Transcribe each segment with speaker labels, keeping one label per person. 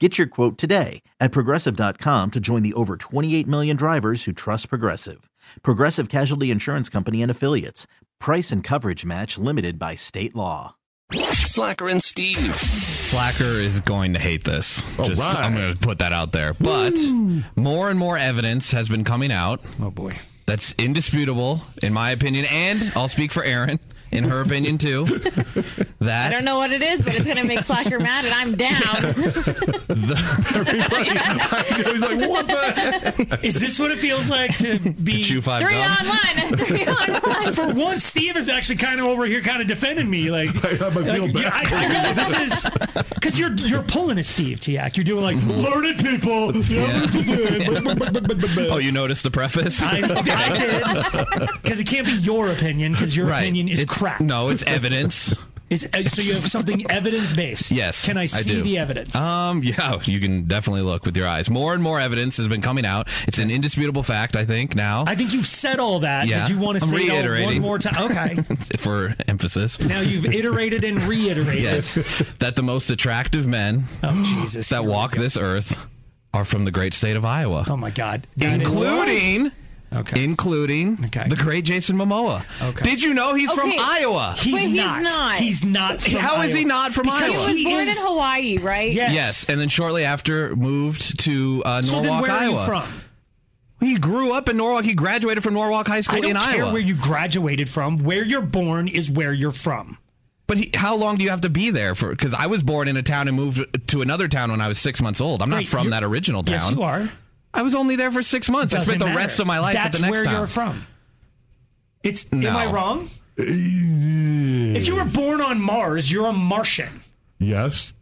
Speaker 1: Get your quote today at progressive.com to join the over 28 million drivers who trust Progressive. Progressive Casualty Insurance Company and Affiliates. Price and coverage match limited by state law.
Speaker 2: Slacker and Steve.
Speaker 3: Slacker is going to hate this. Just,
Speaker 4: Oh, right.
Speaker 3: I'm going to put that out there. But more and more evidence has been coming out
Speaker 4: Oh boy.
Speaker 3: that's indisputable, in my opinion, and I'll speak for Erin, in her opinion too,
Speaker 5: I
Speaker 3: that
Speaker 5: don't know what it is, but it's going to make Slacker mad, and I'm down.
Speaker 4: He's like, what the heck?
Speaker 6: Is this what it feels like to be?
Speaker 3: two five
Speaker 5: Three
Speaker 3: gum-
Speaker 5: online. Three online.
Speaker 6: for once, Steve is actually kind of over here, kind of defending me. Like,
Speaker 4: I feel
Speaker 6: yeah,
Speaker 4: bad.
Speaker 6: I, I really, this is because you're you're pulling a Steve Tiak. You're doing like
Speaker 4: Mm-hmm.
Speaker 6: learned people.
Speaker 3: Oh, you noticed the preface?
Speaker 6: I, I did because it can't be your opinion because your opinion is
Speaker 3: It's-
Speaker 6: crap.
Speaker 3: No, it's evidence.
Speaker 6: It's, uh, so you have something evidence based.
Speaker 3: Yes,
Speaker 6: Can
Speaker 3: I
Speaker 6: I see
Speaker 3: do.
Speaker 6: the evidence?
Speaker 3: Um, yeah, you can definitely look with your eyes. More and more evidence has been coming out. It's an indisputable fact, I think, now
Speaker 6: I think you've said all that.
Speaker 3: Yeah.
Speaker 6: Did you want to
Speaker 3: I'm
Speaker 6: say it all
Speaker 3: reiterating.
Speaker 6: one more time? Okay.
Speaker 3: for emphasis.
Speaker 6: now you've iterated and reiterated.
Speaker 3: Yes, that the most attractive men
Speaker 6: Oh Jesus.
Speaker 3: that walk this earth are from the great state of Iowa.
Speaker 6: Oh my God. That is-
Speaker 3: including
Speaker 6: Okay.
Speaker 3: including
Speaker 6: Okay.
Speaker 3: the great Jason Momoa.
Speaker 6: Okay.
Speaker 3: Did you know he's from
Speaker 5: Okay.
Speaker 3: Iowa?
Speaker 6: He's,
Speaker 5: Wait, he's
Speaker 6: not.
Speaker 5: not.
Speaker 6: He's not. From
Speaker 3: How is he
Speaker 6: Iowa.
Speaker 3: not from
Speaker 6: because
Speaker 3: Iowa?
Speaker 5: He was
Speaker 6: He
Speaker 5: born
Speaker 6: is,
Speaker 5: in Hawaii, right?
Speaker 6: Yes.
Speaker 3: Yes, and then shortly after moved to uh, Norwalk,
Speaker 6: So then, where
Speaker 3: Iowa.
Speaker 6: are you from?
Speaker 3: He grew up in Norwalk. He graduated from Norwalk High School
Speaker 6: I don't
Speaker 3: in
Speaker 6: care
Speaker 3: Iowa.
Speaker 6: where you graduated from. Where you're born is where you're from.
Speaker 3: but he, how long do you have to be there for? Because I was born in a town and moved to another town when I was six months old. I'm not
Speaker 6: Wait,
Speaker 3: from
Speaker 6: you're-
Speaker 3: that original town.
Speaker 6: Yes, you are.
Speaker 3: I was only there for six months. I
Speaker 6: Doesn't
Speaker 3: spent the
Speaker 6: matter.
Speaker 3: rest of my life
Speaker 6: That's
Speaker 3: at the next
Speaker 6: where
Speaker 3: town.
Speaker 6: you're from. It's. Am
Speaker 3: No.
Speaker 6: I wrong? if you were born on Mars, you're a Martian.
Speaker 4: Yes.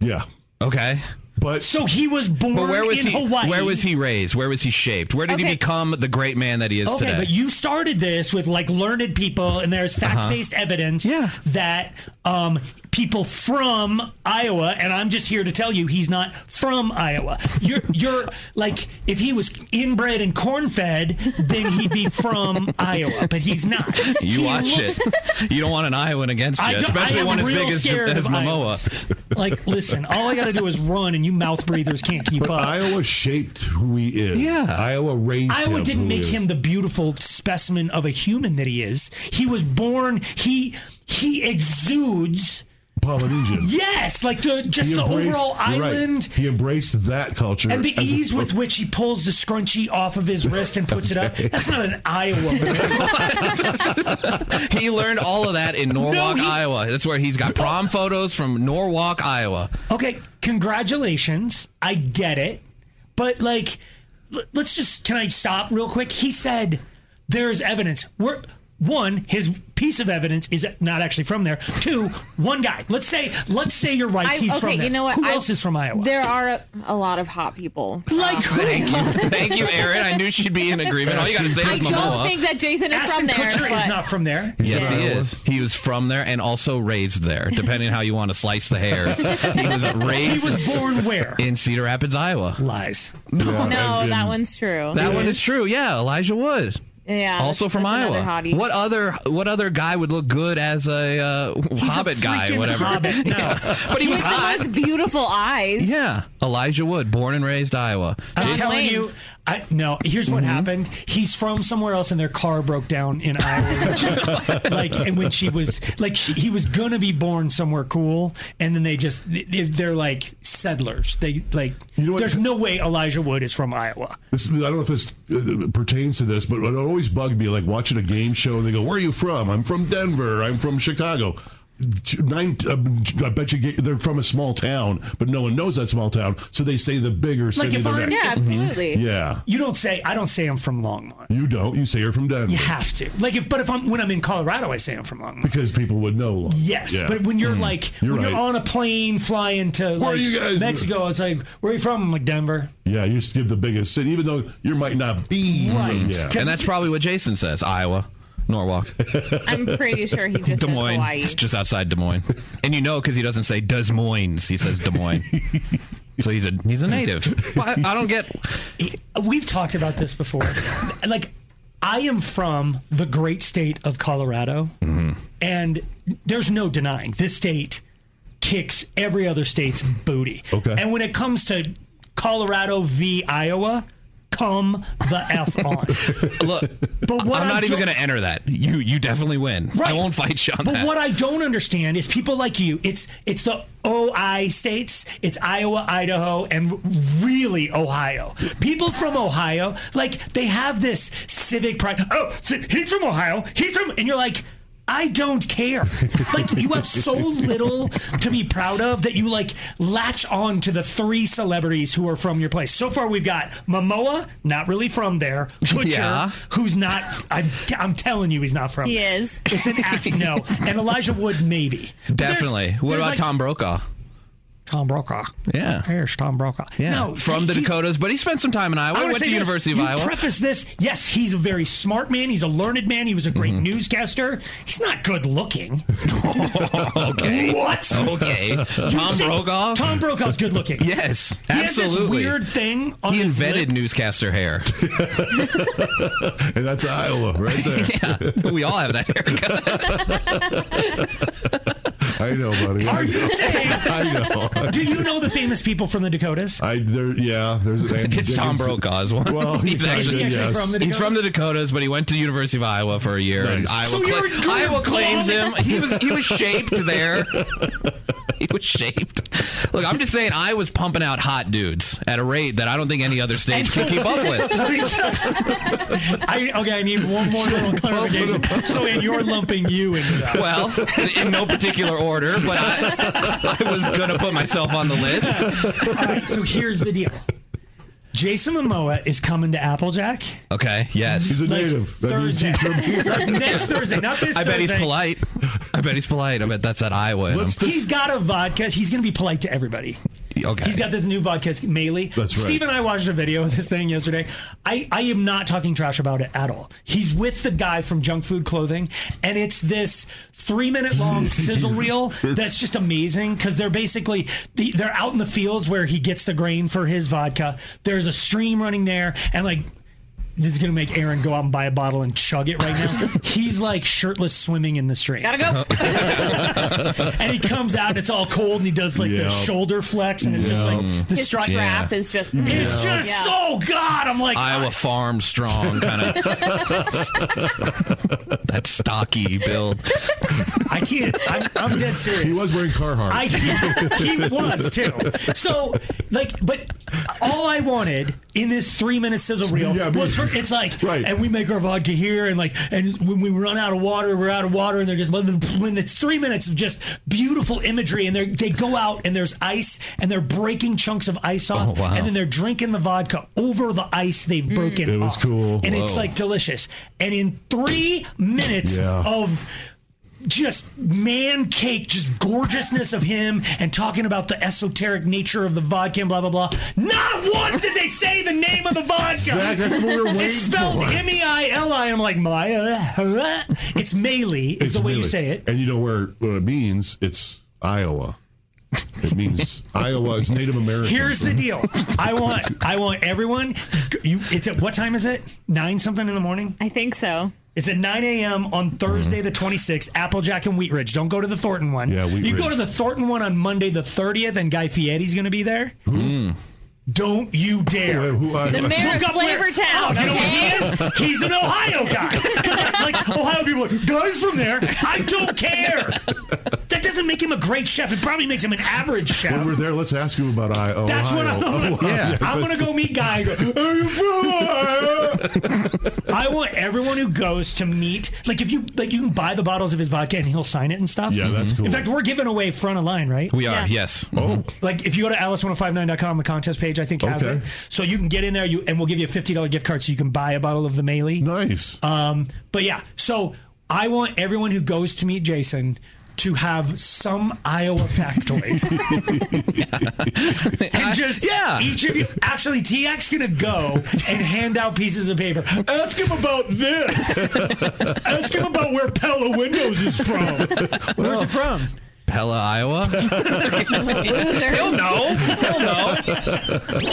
Speaker 4: Yeah.
Speaker 3: Okay,
Speaker 4: But
Speaker 6: So he was born
Speaker 3: but where was
Speaker 6: in
Speaker 3: he?
Speaker 6: Hawaii.
Speaker 3: Where was he raised? Where was he shaped? Where did he
Speaker 5: Okay.
Speaker 3: become the great man that he is
Speaker 6: Okay,
Speaker 3: today? Uh-huh.
Speaker 6: but you started this with like learned people, and there's fact-based evidence
Speaker 3: Yeah.
Speaker 6: that um, people from Iowa, and I'm just here to tell you he's not from Iowa. You're, you're like if he was inbred and corn-fed, then he'd be from Iowa, but he's not.
Speaker 3: You
Speaker 6: He
Speaker 3: watch
Speaker 6: looks-
Speaker 3: it. You don't want an Iowan against
Speaker 6: I
Speaker 3: you,
Speaker 6: don't- I
Speaker 3: especially
Speaker 6: am
Speaker 3: one as
Speaker 6: real
Speaker 3: big as,
Speaker 6: scared
Speaker 3: as
Speaker 6: of
Speaker 3: Momoa.
Speaker 6: Iowans. Like, listen, all I got to do is run, and you mouth breathers can't keep
Speaker 4: but
Speaker 6: up.
Speaker 4: Iowa shaped who he is.
Speaker 3: Yeah.
Speaker 4: Iowa raised him.
Speaker 6: Iowa didn't
Speaker 4: who he
Speaker 6: make
Speaker 4: is.
Speaker 6: him the beautiful specimen of a human that he is. He was born. He he exudes.
Speaker 4: Polynesian.
Speaker 6: Yes, like the, just
Speaker 4: He
Speaker 6: the
Speaker 4: embraced-
Speaker 6: overall
Speaker 4: you're right.
Speaker 6: island.
Speaker 4: He embraced that culture.
Speaker 6: And the
Speaker 4: as a-
Speaker 6: ease with which he pulls the scrunchie off of his wrist and puts it up. That's not an Iowa. man.
Speaker 3: He learned all of that in Norwalk,
Speaker 6: he-
Speaker 3: Iowa. That's where he's got prom photos from Norwalk, Iowa.
Speaker 6: okay, congratulations. I get it. But like l- let's just can I stop real quick? He said there's evidence. We're one, his piece of evidence is not actually from there. Two, one guy. Let's say let's say you're right.
Speaker 5: I-
Speaker 6: he's
Speaker 5: okay,
Speaker 6: from there.
Speaker 5: you know what?
Speaker 6: Who
Speaker 5: I-
Speaker 6: else is from Iowa?
Speaker 5: There are a, a lot of hot people.
Speaker 6: like who?
Speaker 3: Thank you, Aaron. I knew she'd be in agreement. All you got to say
Speaker 5: I
Speaker 3: is
Speaker 5: don't
Speaker 3: Momoa.
Speaker 5: think that Jason is
Speaker 6: Ashton
Speaker 5: from there.
Speaker 6: Kutcher is
Speaker 5: but-
Speaker 6: not from there.
Speaker 3: Yes, he
Speaker 4: Yeah.
Speaker 3: is. He was from there and also raised there, depending how you want to slice the hairs. He was
Speaker 6: He
Speaker 3: raised
Speaker 6: was born where?
Speaker 3: in Cedar Rapids, Iowa.
Speaker 6: Lies.
Speaker 4: Yeah,
Speaker 5: No,
Speaker 4: and-
Speaker 5: that one's true.
Speaker 3: That one is true. Yeah, Elijah Wood.
Speaker 5: yeah.
Speaker 3: also
Speaker 5: that's-
Speaker 3: from
Speaker 5: that's another
Speaker 3: Iowa.
Speaker 5: hottie.
Speaker 3: What other what other guy would look good as a uh,
Speaker 6: He's
Speaker 3: Hobbit
Speaker 6: a
Speaker 3: guy,
Speaker 6: freaking
Speaker 3: whatever?
Speaker 6: Hobbit. No.
Speaker 3: But he was
Speaker 5: With the
Speaker 3: hot.
Speaker 5: most beautiful eyes.
Speaker 3: Yeah, Elijah Wood, born and raised Iowa.
Speaker 6: I'm
Speaker 5: Jason-
Speaker 6: telling
Speaker 5: Lane.
Speaker 6: you, I, no, here's
Speaker 4: Mm-hmm.
Speaker 6: what happened. He's from somewhere else, and their car broke down in Iowa. like, and when she was like, she, he was gonna be born somewhere cool, and then they just they- they're like settlers. They like,
Speaker 4: You know what-
Speaker 6: there's no way Elijah Wood is from Iowa.
Speaker 4: This, I don't know if this uh, pertains to this, but it always bugged me like watching a game show and they go, "Where are you from?" I'm from Denver. I'm from Chicago. Nine, uh, I bet you get, they're from a small town, but no one knows that small town, so they say the bigger city.
Speaker 6: if
Speaker 4: they're
Speaker 6: I'm-
Speaker 4: at.
Speaker 5: Yeah,
Speaker 3: Mm-hmm.
Speaker 5: absolutely.
Speaker 4: yeah,
Speaker 6: You don't say. I don't say I'm from Longmont.
Speaker 4: you don't. You say you're from Denver
Speaker 6: You have to. Like, if but if I'm when I'm in Colorado, I say I'm from Longmont.
Speaker 4: because people would know.
Speaker 6: Yes,
Speaker 4: Yeah. Mm-hmm.
Speaker 6: but when you're like
Speaker 4: You're
Speaker 6: when you're
Speaker 4: right.
Speaker 6: on a plane flying to like
Speaker 4: are you guys-
Speaker 6: Mexico, it's like where are you from? I'm like Denver.
Speaker 4: yeah, you just give the biggest city, even though you might not be
Speaker 6: Right.
Speaker 4: Mm-hmm. Yeah.
Speaker 3: And that's probably what Jason says. Iowa, Norwalk,
Speaker 5: I'm pretty sure he just
Speaker 3: Des
Speaker 5: says
Speaker 3: Moines.
Speaker 5: Hawaii.
Speaker 3: It's just outside Des Moines. And you know because he doesn't say Des Moines, he says Des Moines. So he's a he's a native. Well, I, I don't get.
Speaker 6: We've talked about this before. like I am from the great state of Colorado, and there's no denying this state kicks every other state's booty.
Speaker 4: Okay.
Speaker 6: and when it comes to Colorado v Iowa, come the f on.
Speaker 3: Look,
Speaker 6: But what
Speaker 3: I'm
Speaker 6: I
Speaker 3: not even
Speaker 6: don't-
Speaker 3: going to enter that. You you definitely win. I
Speaker 6: Right.
Speaker 3: won't fight you on
Speaker 6: But
Speaker 3: that.
Speaker 6: what I don't understand is people like you. It's it's the OI states. It's Iowa, Idaho, and really Ohio. People from Ohio, like they have this civic pride. Oh, so he's from Ohio. He's from, and you're like. I don't care. Like you have so little to be proud of that you like latch on to the three celebrities who are from your place. So far, we've got Momoa, not really from there. Butcher,
Speaker 3: Yeah.
Speaker 6: who's not. I'm, I'm telling you, he's not from.
Speaker 5: He
Speaker 6: there.
Speaker 5: is.
Speaker 6: It's an act. No. And Elijah Wood, maybe.
Speaker 3: definitely.
Speaker 6: There's-
Speaker 3: what
Speaker 6: there's
Speaker 3: about
Speaker 6: like-
Speaker 3: Tom Brokaw?
Speaker 6: Tom Brokaw.
Speaker 3: Yeah.
Speaker 6: Here's Tom Brokaw.
Speaker 3: Yeah,
Speaker 6: No,
Speaker 3: from
Speaker 6: he-
Speaker 3: the
Speaker 6: he's-
Speaker 3: Dakotas, but he spent some time in Iowa.
Speaker 6: Oh, I wanna
Speaker 3: went
Speaker 6: say
Speaker 3: to
Speaker 6: this.
Speaker 3: University of
Speaker 6: you
Speaker 3: Iowa.
Speaker 6: preface this. Yes, he's a very smart man. He's a learned man. He was a great
Speaker 3: Mm-hmm.
Speaker 6: newscaster. He's not good looking.
Speaker 3: okay.
Speaker 6: What?
Speaker 3: Okay.
Speaker 6: You
Speaker 3: Oh, Tom
Speaker 6: say-
Speaker 3: Brokaw.
Speaker 6: Tom Brokaw's good looking.
Speaker 3: Yes,
Speaker 6: He
Speaker 3: absolutely.
Speaker 6: has this weird thing on
Speaker 3: he
Speaker 6: his
Speaker 3: invented
Speaker 6: lip.
Speaker 3: newscaster hair.
Speaker 4: and that's Iowa right there.
Speaker 3: yeah, we all have that haircut.
Speaker 4: I know, buddy.
Speaker 6: Are you saying?
Speaker 4: I know.
Speaker 6: Do you know the famous people from the Dakotas?
Speaker 4: I there. Yeah, there's. Andy
Speaker 3: It's Tom
Speaker 4: Dickinson.
Speaker 3: Brokaw's one.
Speaker 4: Well,
Speaker 3: he's
Speaker 4: yeah,
Speaker 3: actually,
Speaker 6: Is he actually
Speaker 4: yes.
Speaker 6: from the
Speaker 3: he's
Speaker 6: Dakotas?
Speaker 3: from the Dakotas, but he went to the University of Iowa for a year. And Iowa,
Speaker 4: Nice.
Speaker 6: So you're a good
Speaker 3: Iowa
Speaker 6: glom-
Speaker 3: claims him. He was he was shaped there. he was shaped. Look, I'm just saying, I was pumping out hot dudes at a rate that I don't think any other states could keep up with.
Speaker 6: Let me just. I, okay, I need one more little clarification. So, and you're lumping you into that.
Speaker 3: Well, in no particular order, but I, I was going to put myself on the list.
Speaker 6: All right, so here's the deal. Jason Momoa is coming to Applejack
Speaker 3: Okay, yes.
Speaker 4: He's a
Speaker 6: like,
Speaker 4: native. That means
Speaker 6: Thursday.
Speaker 4: he's from here.
Speaker 6: next Thursday, not this
Speaker 3: I
Speaker 6: Thursday.
Speaker 3: bet he's polite. I bet he's polite. I bet that's at Iowa. in him.
Speaker 4: Let's dis-
Speaker 6: He's got a vodka. He's going to be polite to everybody.
Speaker 3: Okay.
Speaker 6: He's got this new vodka, it's Melee.
Speaker 4: That's right.
Speaker 6: Steve and I watched a video of this thing yesterday. I, I am not talking trash about it at all. He's with the guy from Junk Food Clothing, and it's this three minute long sizzle reel that's just amazing because they're basically the, they're out in the fields where he gets the grain for his vodka. There's a stream running there, and like. This is gonna make Aaron go out and buy a bottle and chug it right now. He's like shirtless swimming in the stream
Speaker 5: Gotta go.
Speaker 3: Uh-huh.
Speaker 6: and he comes out and it's all cold and he does like the
Speaker 4: Yeah.
Speaker 6: shoulder flex and it's just
Speaker 4: Yeah.
Speaker 6: like the
Speaker 5: His
Speaker 6: strike.
Speaker 5: strap is just.
Speaker 3: Mm-hmm.
Speaker 6: It's just
Speaker 5: Yeah.
Speaker 6: so god. I'm like
Speaker 3: Iowa farm strong kind of that stocky build.
Speaker 6: I can't. I'm, I'm dead serious.
Speaker 4: he was wearing Carhartt.
Speaker 6: I can't. he was too. So like, but all I wanted in this three minute sizzle reel
Speaker 4: Yeah, me-
Speaker 6: was for, it's like,
Speaker 4: Right.
Speaker 6: and we make our vodka here, and like, and when we run out of water, we're out of water, and they're just when it's three minutes of just beautiful imagery, and they they go out and there's ice, and they're breaking chunks of ice off,
Speaker 4: Oh,
Speaker 3: wow.
Speaker 6: and then they're drinking the vodka over the ice they've broken.
Speaker 4: It was
Speaker 6: off.
Speaker 4: cool.
Speaker 6: and it's
Speaker 3: Whoa.
Speaker 6: like delicious. And in three minutes
Speaker 4: Yeah.
Speaker 6: of just man cake, just gorgeousness of him and talking about the esoteric nature of the vodka and blah blah blah. Not once did they say the name of the vodka.
Speaker 4: Zach, that's what we're waiting
Speaker 6: it's spelled
Speaker 4: for.
Speaker 6: M E I L I. I'm like Maya. huh? It's Melee. Is the way you
Speaker 4: really-
Speaker 6: say it.
Speaker 4: And you know where what it means? It's Iowa. It means Iowa. It's Native American.
Speaker 6: Here's the deal. I want I want everyone. You, it's at what time is it? Nine something in the morning.
Speaker 5: I think so.
Speaker 6: It's at 9 a.m. on Thursday the 26th, Applejack and Wheat Ridge. Don't go to the Thornton one.
Speaker 4: Mm-hmm. Yeah, Wheat
Speaker 6: You go
Speaker 4: Ridge.
Speaker 6: to the Thornton one on Monday the 30th, and Guy Fieri's going to be there. Don't you dare.
Speaker 4: Who uh, I,
Speaker 5: The mayor of
Speaker 6: Look up where- Oh,
Speaker 5: Flavor Town.
Speaker 3: Oh,
Speaker 6: You know what
Speaker 5: okay?
Speaker 6: he is? He's an Ohio guy. 'Cause, like Ohio people, are like, guys from there. I don't care. That doesn't make him a great chef. It probably makes him an average
Speaker 4: when we're
Speaker 6: chef.
Speaker 4: there, let's ask him about I. Ohio. Oh,
Speaker 6: That's what I'm gonna.
Speaker 4: Ohio.
Speaker 6: I'm gonna go meet Guy. and go, Are you from Ohio?" I want everyone who goes to meet. Like if you like, you can buy the bottles of his vodka and he'll sign it and stuff.
Speaker 4: Yeah, that's cool.
Speaker 6: In fact, we're giving away front of line, right?
Speaker 3: We are,
Speaker 5: Yeah.
Speaker 3: yes.
Speaker 4: oh,
Speaker 6: Like if you go to alice1059.com, the contest page I think has
Speaker 4: Okay.
Speaker 6: it. So you can get in there, you and we'll give you a fifty dollar gift card so you can buy a bottle of the Melee.
Speaker 4: nice.
Speaker 6: Um, but yeah, so I want everyone who goes to meet Jason to have some Iowa factoid. and just
Speaker 3: yeah.
Speaker 6: each of you actually TX gonna go and hand out pieces of paper. Ask him about this. Ask him about where Pella Windows is from. Where's it from?
Speaker 3: Pella, Iowa.
Speaker 5: Losers.
Speaker 3: He'll know. He'll know.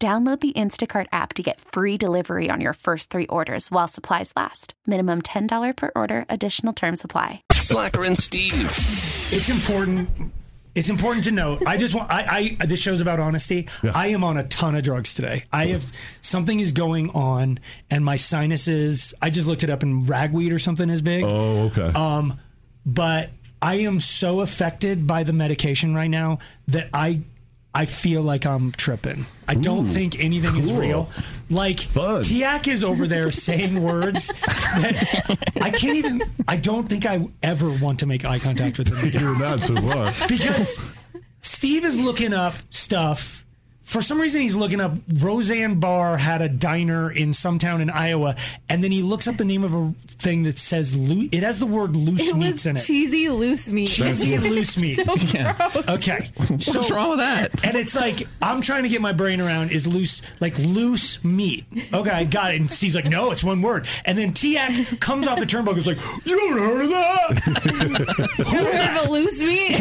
Speaker 7: Download the Instacart app to get free delivery on your first three orders while supplies last. Minimum $10 per order, additional term supply.
Speaker 2: Slacker and Steve.
Speaker 6: It's important. It's important to note. I just want. I. I this show's about honesty. I am on a ton of drugs today. I have something is going on, and my sinuses. I just looked it up, and ragweed or something is big.
Speaker 4: oh, okay.
Speaker 6: Um, but I am so affected by the medication right now that I. I feel like I'm tripping. I don't think anything is
Speaker 4: cool.
Speaker 6: real. Like
Speaker 4: Fun.
Speaker 6: Tiak is over there saying words that I can't even. I don't think I ever want to make eye contact with him again
Speaker 4: You're not so far.
Speaker 6: because Steve is looking up stuff. For some reason, he's looking up Roseanne Barr had a diner in some town in Iowa, and then he looks up the name of a thing that says loo- it has the word loose
Speaker 5: It
Speaker 6: meats
Speaker 5: was
Speaker 6: in it.
Speaker 5: cheesy loose meat.
Speaker 6: Cheesy loose meat.
Speaker 5: So gross.
Speaker 6: okay, so
Speaker 3: What's wrong with that?
Speaker 6: and it's like I'm trying to get my brain around is loose like loose meat. Okay, I got it. And Steve's like, no, it's one word. And then Tiak comes off the turnbuckle, and is like, you haven't heard of that?
Speaker 5: Heard of a loose meat?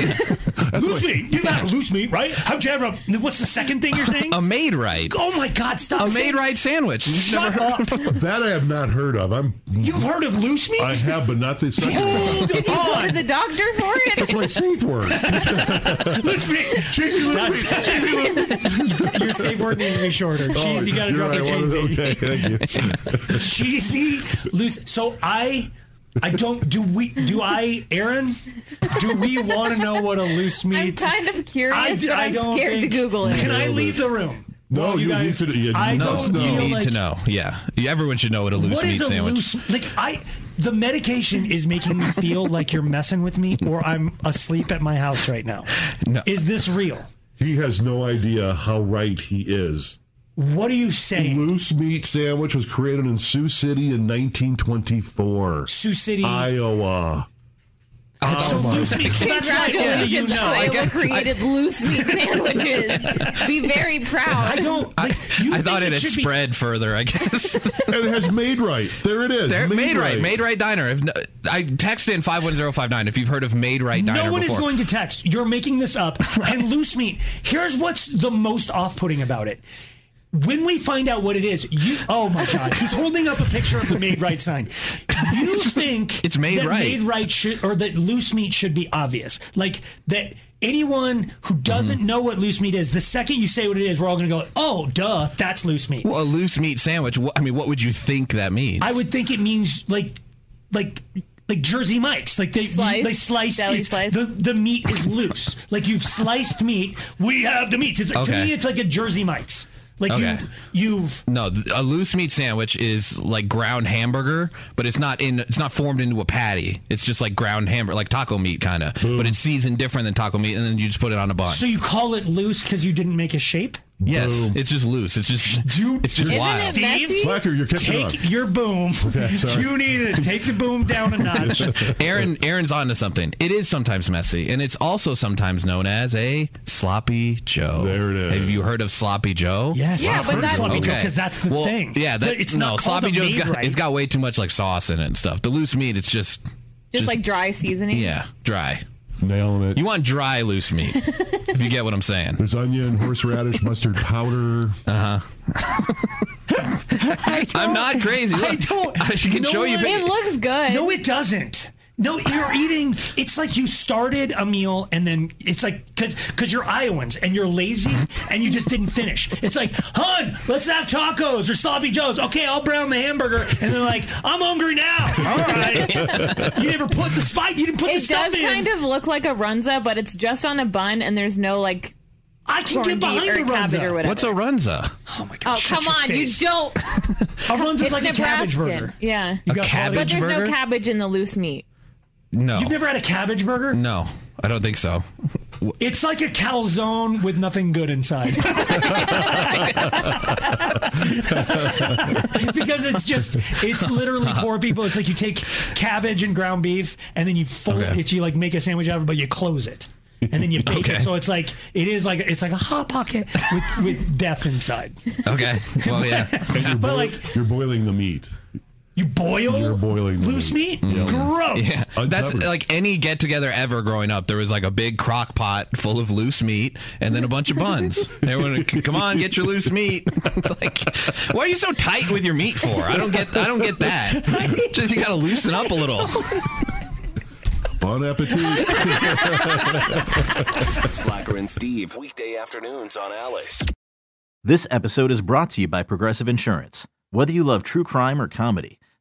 Speaker 6: loose meat. You got loose meat, right? How'd you ever? What's the second thing you're saying?
Speaker 3: A maid right.
Speaker 6: Oh my God! Stop.
Speaker 3: Um, A
Speaker 6: saying-
Speaker 3: maid right sandwich. You've
Speaker 6: Shut
Speaker 3: never-
Speaker 6: up.
Speaker 4: That I have not heard of. I'm.
Speaker 6: You've heard of loose meat?
Speaker 4: I have, but not the second. one.
Speaker 6: Hold
Speaker 5: Did you go to
Speaker 6: on.
Speaker 5: the doctor for
Speaker 4: That's
Speaker 5: it?
Speaker 4: my safe word.
Speaker 6: Loose meat.
Speaker 4: Cheesy little
Speaker 6: That's-
Speaker 4: meat. Oh,
Speaker 6: Your safe word needs to be shorter. Cheese. You got to
Speaker 4: You're
Speaker 6: drop
Speaker 4: right,
Speaker 6: the
Speaker 4: one of
Speaker 6: cheesy.
Speaker 4: the- Okay, thank you.
Speaker 6: Cheesy loose. So I, I don't. Do we? Do I, Aaron? Do we want to know what a loose
Speaker 5: I'm
Speaker 6: meat?
Speaker 5: kind of
Speaker 6: I
Speaker 5: curious,
Speaker 6: d-
Speaker 5: but
Speaker 6: I
Speaker 5: I'm
Speaker 6: don't
Speaker 5: scared to
Speaker 6: think-
Speaker 5: Google it.
Speaker 6: Can I leave the room?
Speaker 4: No,
Speaker 6: Well,
Speaker 4: you need
Speaker 6: guys-
Speaker 4: to- you-
Speaker 6: I
Speaker 4: no,
Speaker 6: don't
Speaker 4: no.
Speaker 6: feel
Speaker 3: You need
Speaker 6: like
Speaker 3: to know. Yeah. Everyone should know what a loose
Speaker 6: What
Speaker 3: meat
Speaker 6: is a
Speaker 3: sandwich
Speaker 6: loose like I the medication is making me feel like you're messing with me or I'm asleep at my house right now.
Speaker 3: No.
Speaker 6: Is this real?
Speaker 4: He has no idea how right he is.
Speaker 6: What are you saying?
Speaker 4: Loose meat sandwich was created in Sioux City in 1924,
Speaker 6: Sioux City.
Speaker 4: Iowa.
Speaker 6: so loose meat. So that's why only you
Speaker 5: Congratulations,
Speaker 6: know.
Speaker 5: Iowa
Speaker 6: Like,
Speaker 5: created loose meat sandwiches. Be very proud.
Speaker 6: I don't. Like, you
Speaker 3: I
Speaker 6: think
Speaker 3: thought it had
Speaker 6: should be-
Speaker 3: spread further, I guess.
Speaker 4: And it has made right. There it is.
Speaker 3: They're- Maid Right, Maid Right Diner. If, I text in 51059 if you've heard of Maid Right Diner
Speaker 6: No one
Speaker 3: before.
Speaker 6: is going to text. You're making this up. And loose meat. Here's what's the most off-putting about it. When we find out what it is, you oh my god, he's holding up a picture of the made right sign. You think
Speaker 3: It's made
Speaker 6: that
Speaker 3: right.
Speaker 6: made right should or that loose meat should be obvious, like that. Anyone who doesn't
Speaker 3: Mm-hmm.
Speaker 6: know what loose meat is, the second you say what it is, we're all going to go, "Oh, duh, that's loose meat."
Speaker 3: Well, a loose meat sandwich. wh- I mean, what would you think that means?
Speaker 6: I would think it means like, like, like Jersey Mike's. Like they
Speaker 5: Slice,
Speaker 6: they slice
Speaker 5: deli
Speaker 6: it-
Speaker 5: slice.
Speaker 6: The the meat is loose. like you've sliced meat. We have the meats. It's like, to
Speaker 3: Okay.
Speaker 6: me, it's like a Jersey Mike's. Like
Speaker 3: Okay.
Speaker 6: you you've
Speaker 3: No, th- a loose meat sandwich is like ground hamburger, but it's not in. It's not formed into a patty. It's just like ground hamburger, like taco meat kind of, but it's seasoned different than taco meat, and then you just put it on a bun.
Speaker 6: so you call it loose because you didn't make a shape.
Speaker 3: Yes,
Speaker 4: Boom.
Speaker 3: it's just loose. It's just
Speaker 6: Dude,
Speaker 3: it's just
Speaker 6: isn't
Speaker 3: wild.
Speaker 5: it-
Speaker 6: Steve,
Speaker 5: messy?
Speaker 4: Slacker, you're catching up.
Speaker 6: take your boom.
Speaker 4: Okay, sorry.
Speaker 6: you need to take the boom down a notch.
Speaker 3: Aaron Aaron's onto something. It is sometimes messy, and it's also sometimes known as a sloppy Joe.
Speaker 4: There it is.
Speaker 3: Have you heard of sloppy Joe?
Speaker 6: Yes,
Speaker 5: Yeah,
Speaker 6: I've
Speaker 5: but
Speaker 6: heard
Speaker 5: that-
Speaker 6: sloppy Joe
Speaker 3: Okay.
Speaker 6: because that's the
Speaker 3: Well,
Speaker 6: thing.
Speaker 3: Yeah,
Speaker 6: But
Speaker 3: that,
Speaker 6: it's
Speaker 3: no
Speaker 6: not called
Speaker 3: sloppy
Speaker 6: a
Speaker 3: Joe's
Speaker 6: made
Speaker 3: got
Speaker 6: right.
Speaker 3: it's got way too much like sauce in it and stuff. The loose meat, it's just
Speaker 5: Just, like dry seasoning.
Speaker 3: yeah, dry.
Speaker 4: Nailing it.
Speaker 3: You want dry loose meat, if you get what I'm saying.
Speaker 4: There's onion, horseradish, mustard powder.
Speaker 3: I'm not crazy. Look,
Speaker 6: I don't-
Speaker 3: I can
Speaker 6: no
Speaker 3: show you.
Speaker 6: one-
Speaker 5: It looks good.
Speaker 6: No, it doesn't. No, you're eating. It's like you started a meal and then it's like because because you're Iowans and you're lazy and you just didn't finish. It's like, hun, let's have tacos or sloppy joes. Okay, I'll brown the hamburger and they're like, I'm hungry now. All right, you never put the spice. You didn't put the
Speaker 5: it
Speaker 6: stuff
Speaker 5: does
Speaker 6: in.
Speaker 5: kind of look like a runza, but it's just on a bun and there's no like
Speaker 6: I can
Speaker 5: corned
Speaker 6: get
Speaker 5: beef
Speaker 6: behind
Speaker 5: or
Speaker 6: the
Speaker 5: cabbage or
Speaker 6: runza.
Speaker 5: whatever.
Speaker 3: What's a runza?
Speaker 6: Oh my god!
Speaker 5: Oh,
Speaker 6: shut
Speaker 5: come
Speaker 6: your
Speaker 5: on. You
Speaker 6: face.
Speaker 5: don't.
Speaker 6: A runza's
Speaker 5: It's
Speaker 6: like a cabbage
Speaker 5: Nebraskan.
Speaker 6: burger.
Speaker 5: Yeah.
Speaker 6: You got
Speaker 3: cabbage-
Speaker 5: But
Speaker 6: cabbage.
Speaker 5: there's
Speaker 3: burger?
Speaker 5: no cabbage in the loose meat.
Speaker 3: No,
Speaker 6: You've never had a cabbage burger?
Speaker 3: no, I don't think so.
Speaker 6: It's like a calzone with nothing good inside. because it's just, it's literally poor people. It's like you take cabbage and ground beef and then you fold
Speaker 3: Okay.
Speaker 6: it, you like make a sandwich out of it, but you close it. And then you bake
Speaker 3: Okay.
Speaker 6: it, so it's like it is like it's like a hot pocket with, with death inside.
Speaker 3: Okay, well yeah.
Speaker 4: And you're,
Speaker 6: But,
Speaker 4: boi-
Speaker 6: like-
Speaker 4: you're boiling the meat.
Speaker 6: You boil,
Speaker 4: You're boiling the
Speaker 6: loose meat.
Speaker 4: meat. Yeah.
Speaker 6: Gross.
Speaker 3: Yeah, that's
Speaker 4: Uncovered.
Speaker 3: like any get together ever growing up. There was like a big crock pot full of loose meat and then a bunch of buns. Everyone, would, come on, get your loose meat. like, why are you so tight with your meat for? I don't get. I don't get that. Just you got to loosen up a little.
Speaker 4: Bon appetit.
Speaker 2: Slacker and Steve. Weekday afternoons on Alice.
Speaker 1: This episode is brought to you by Progressive Insurance. Whether you love true crime or comedy,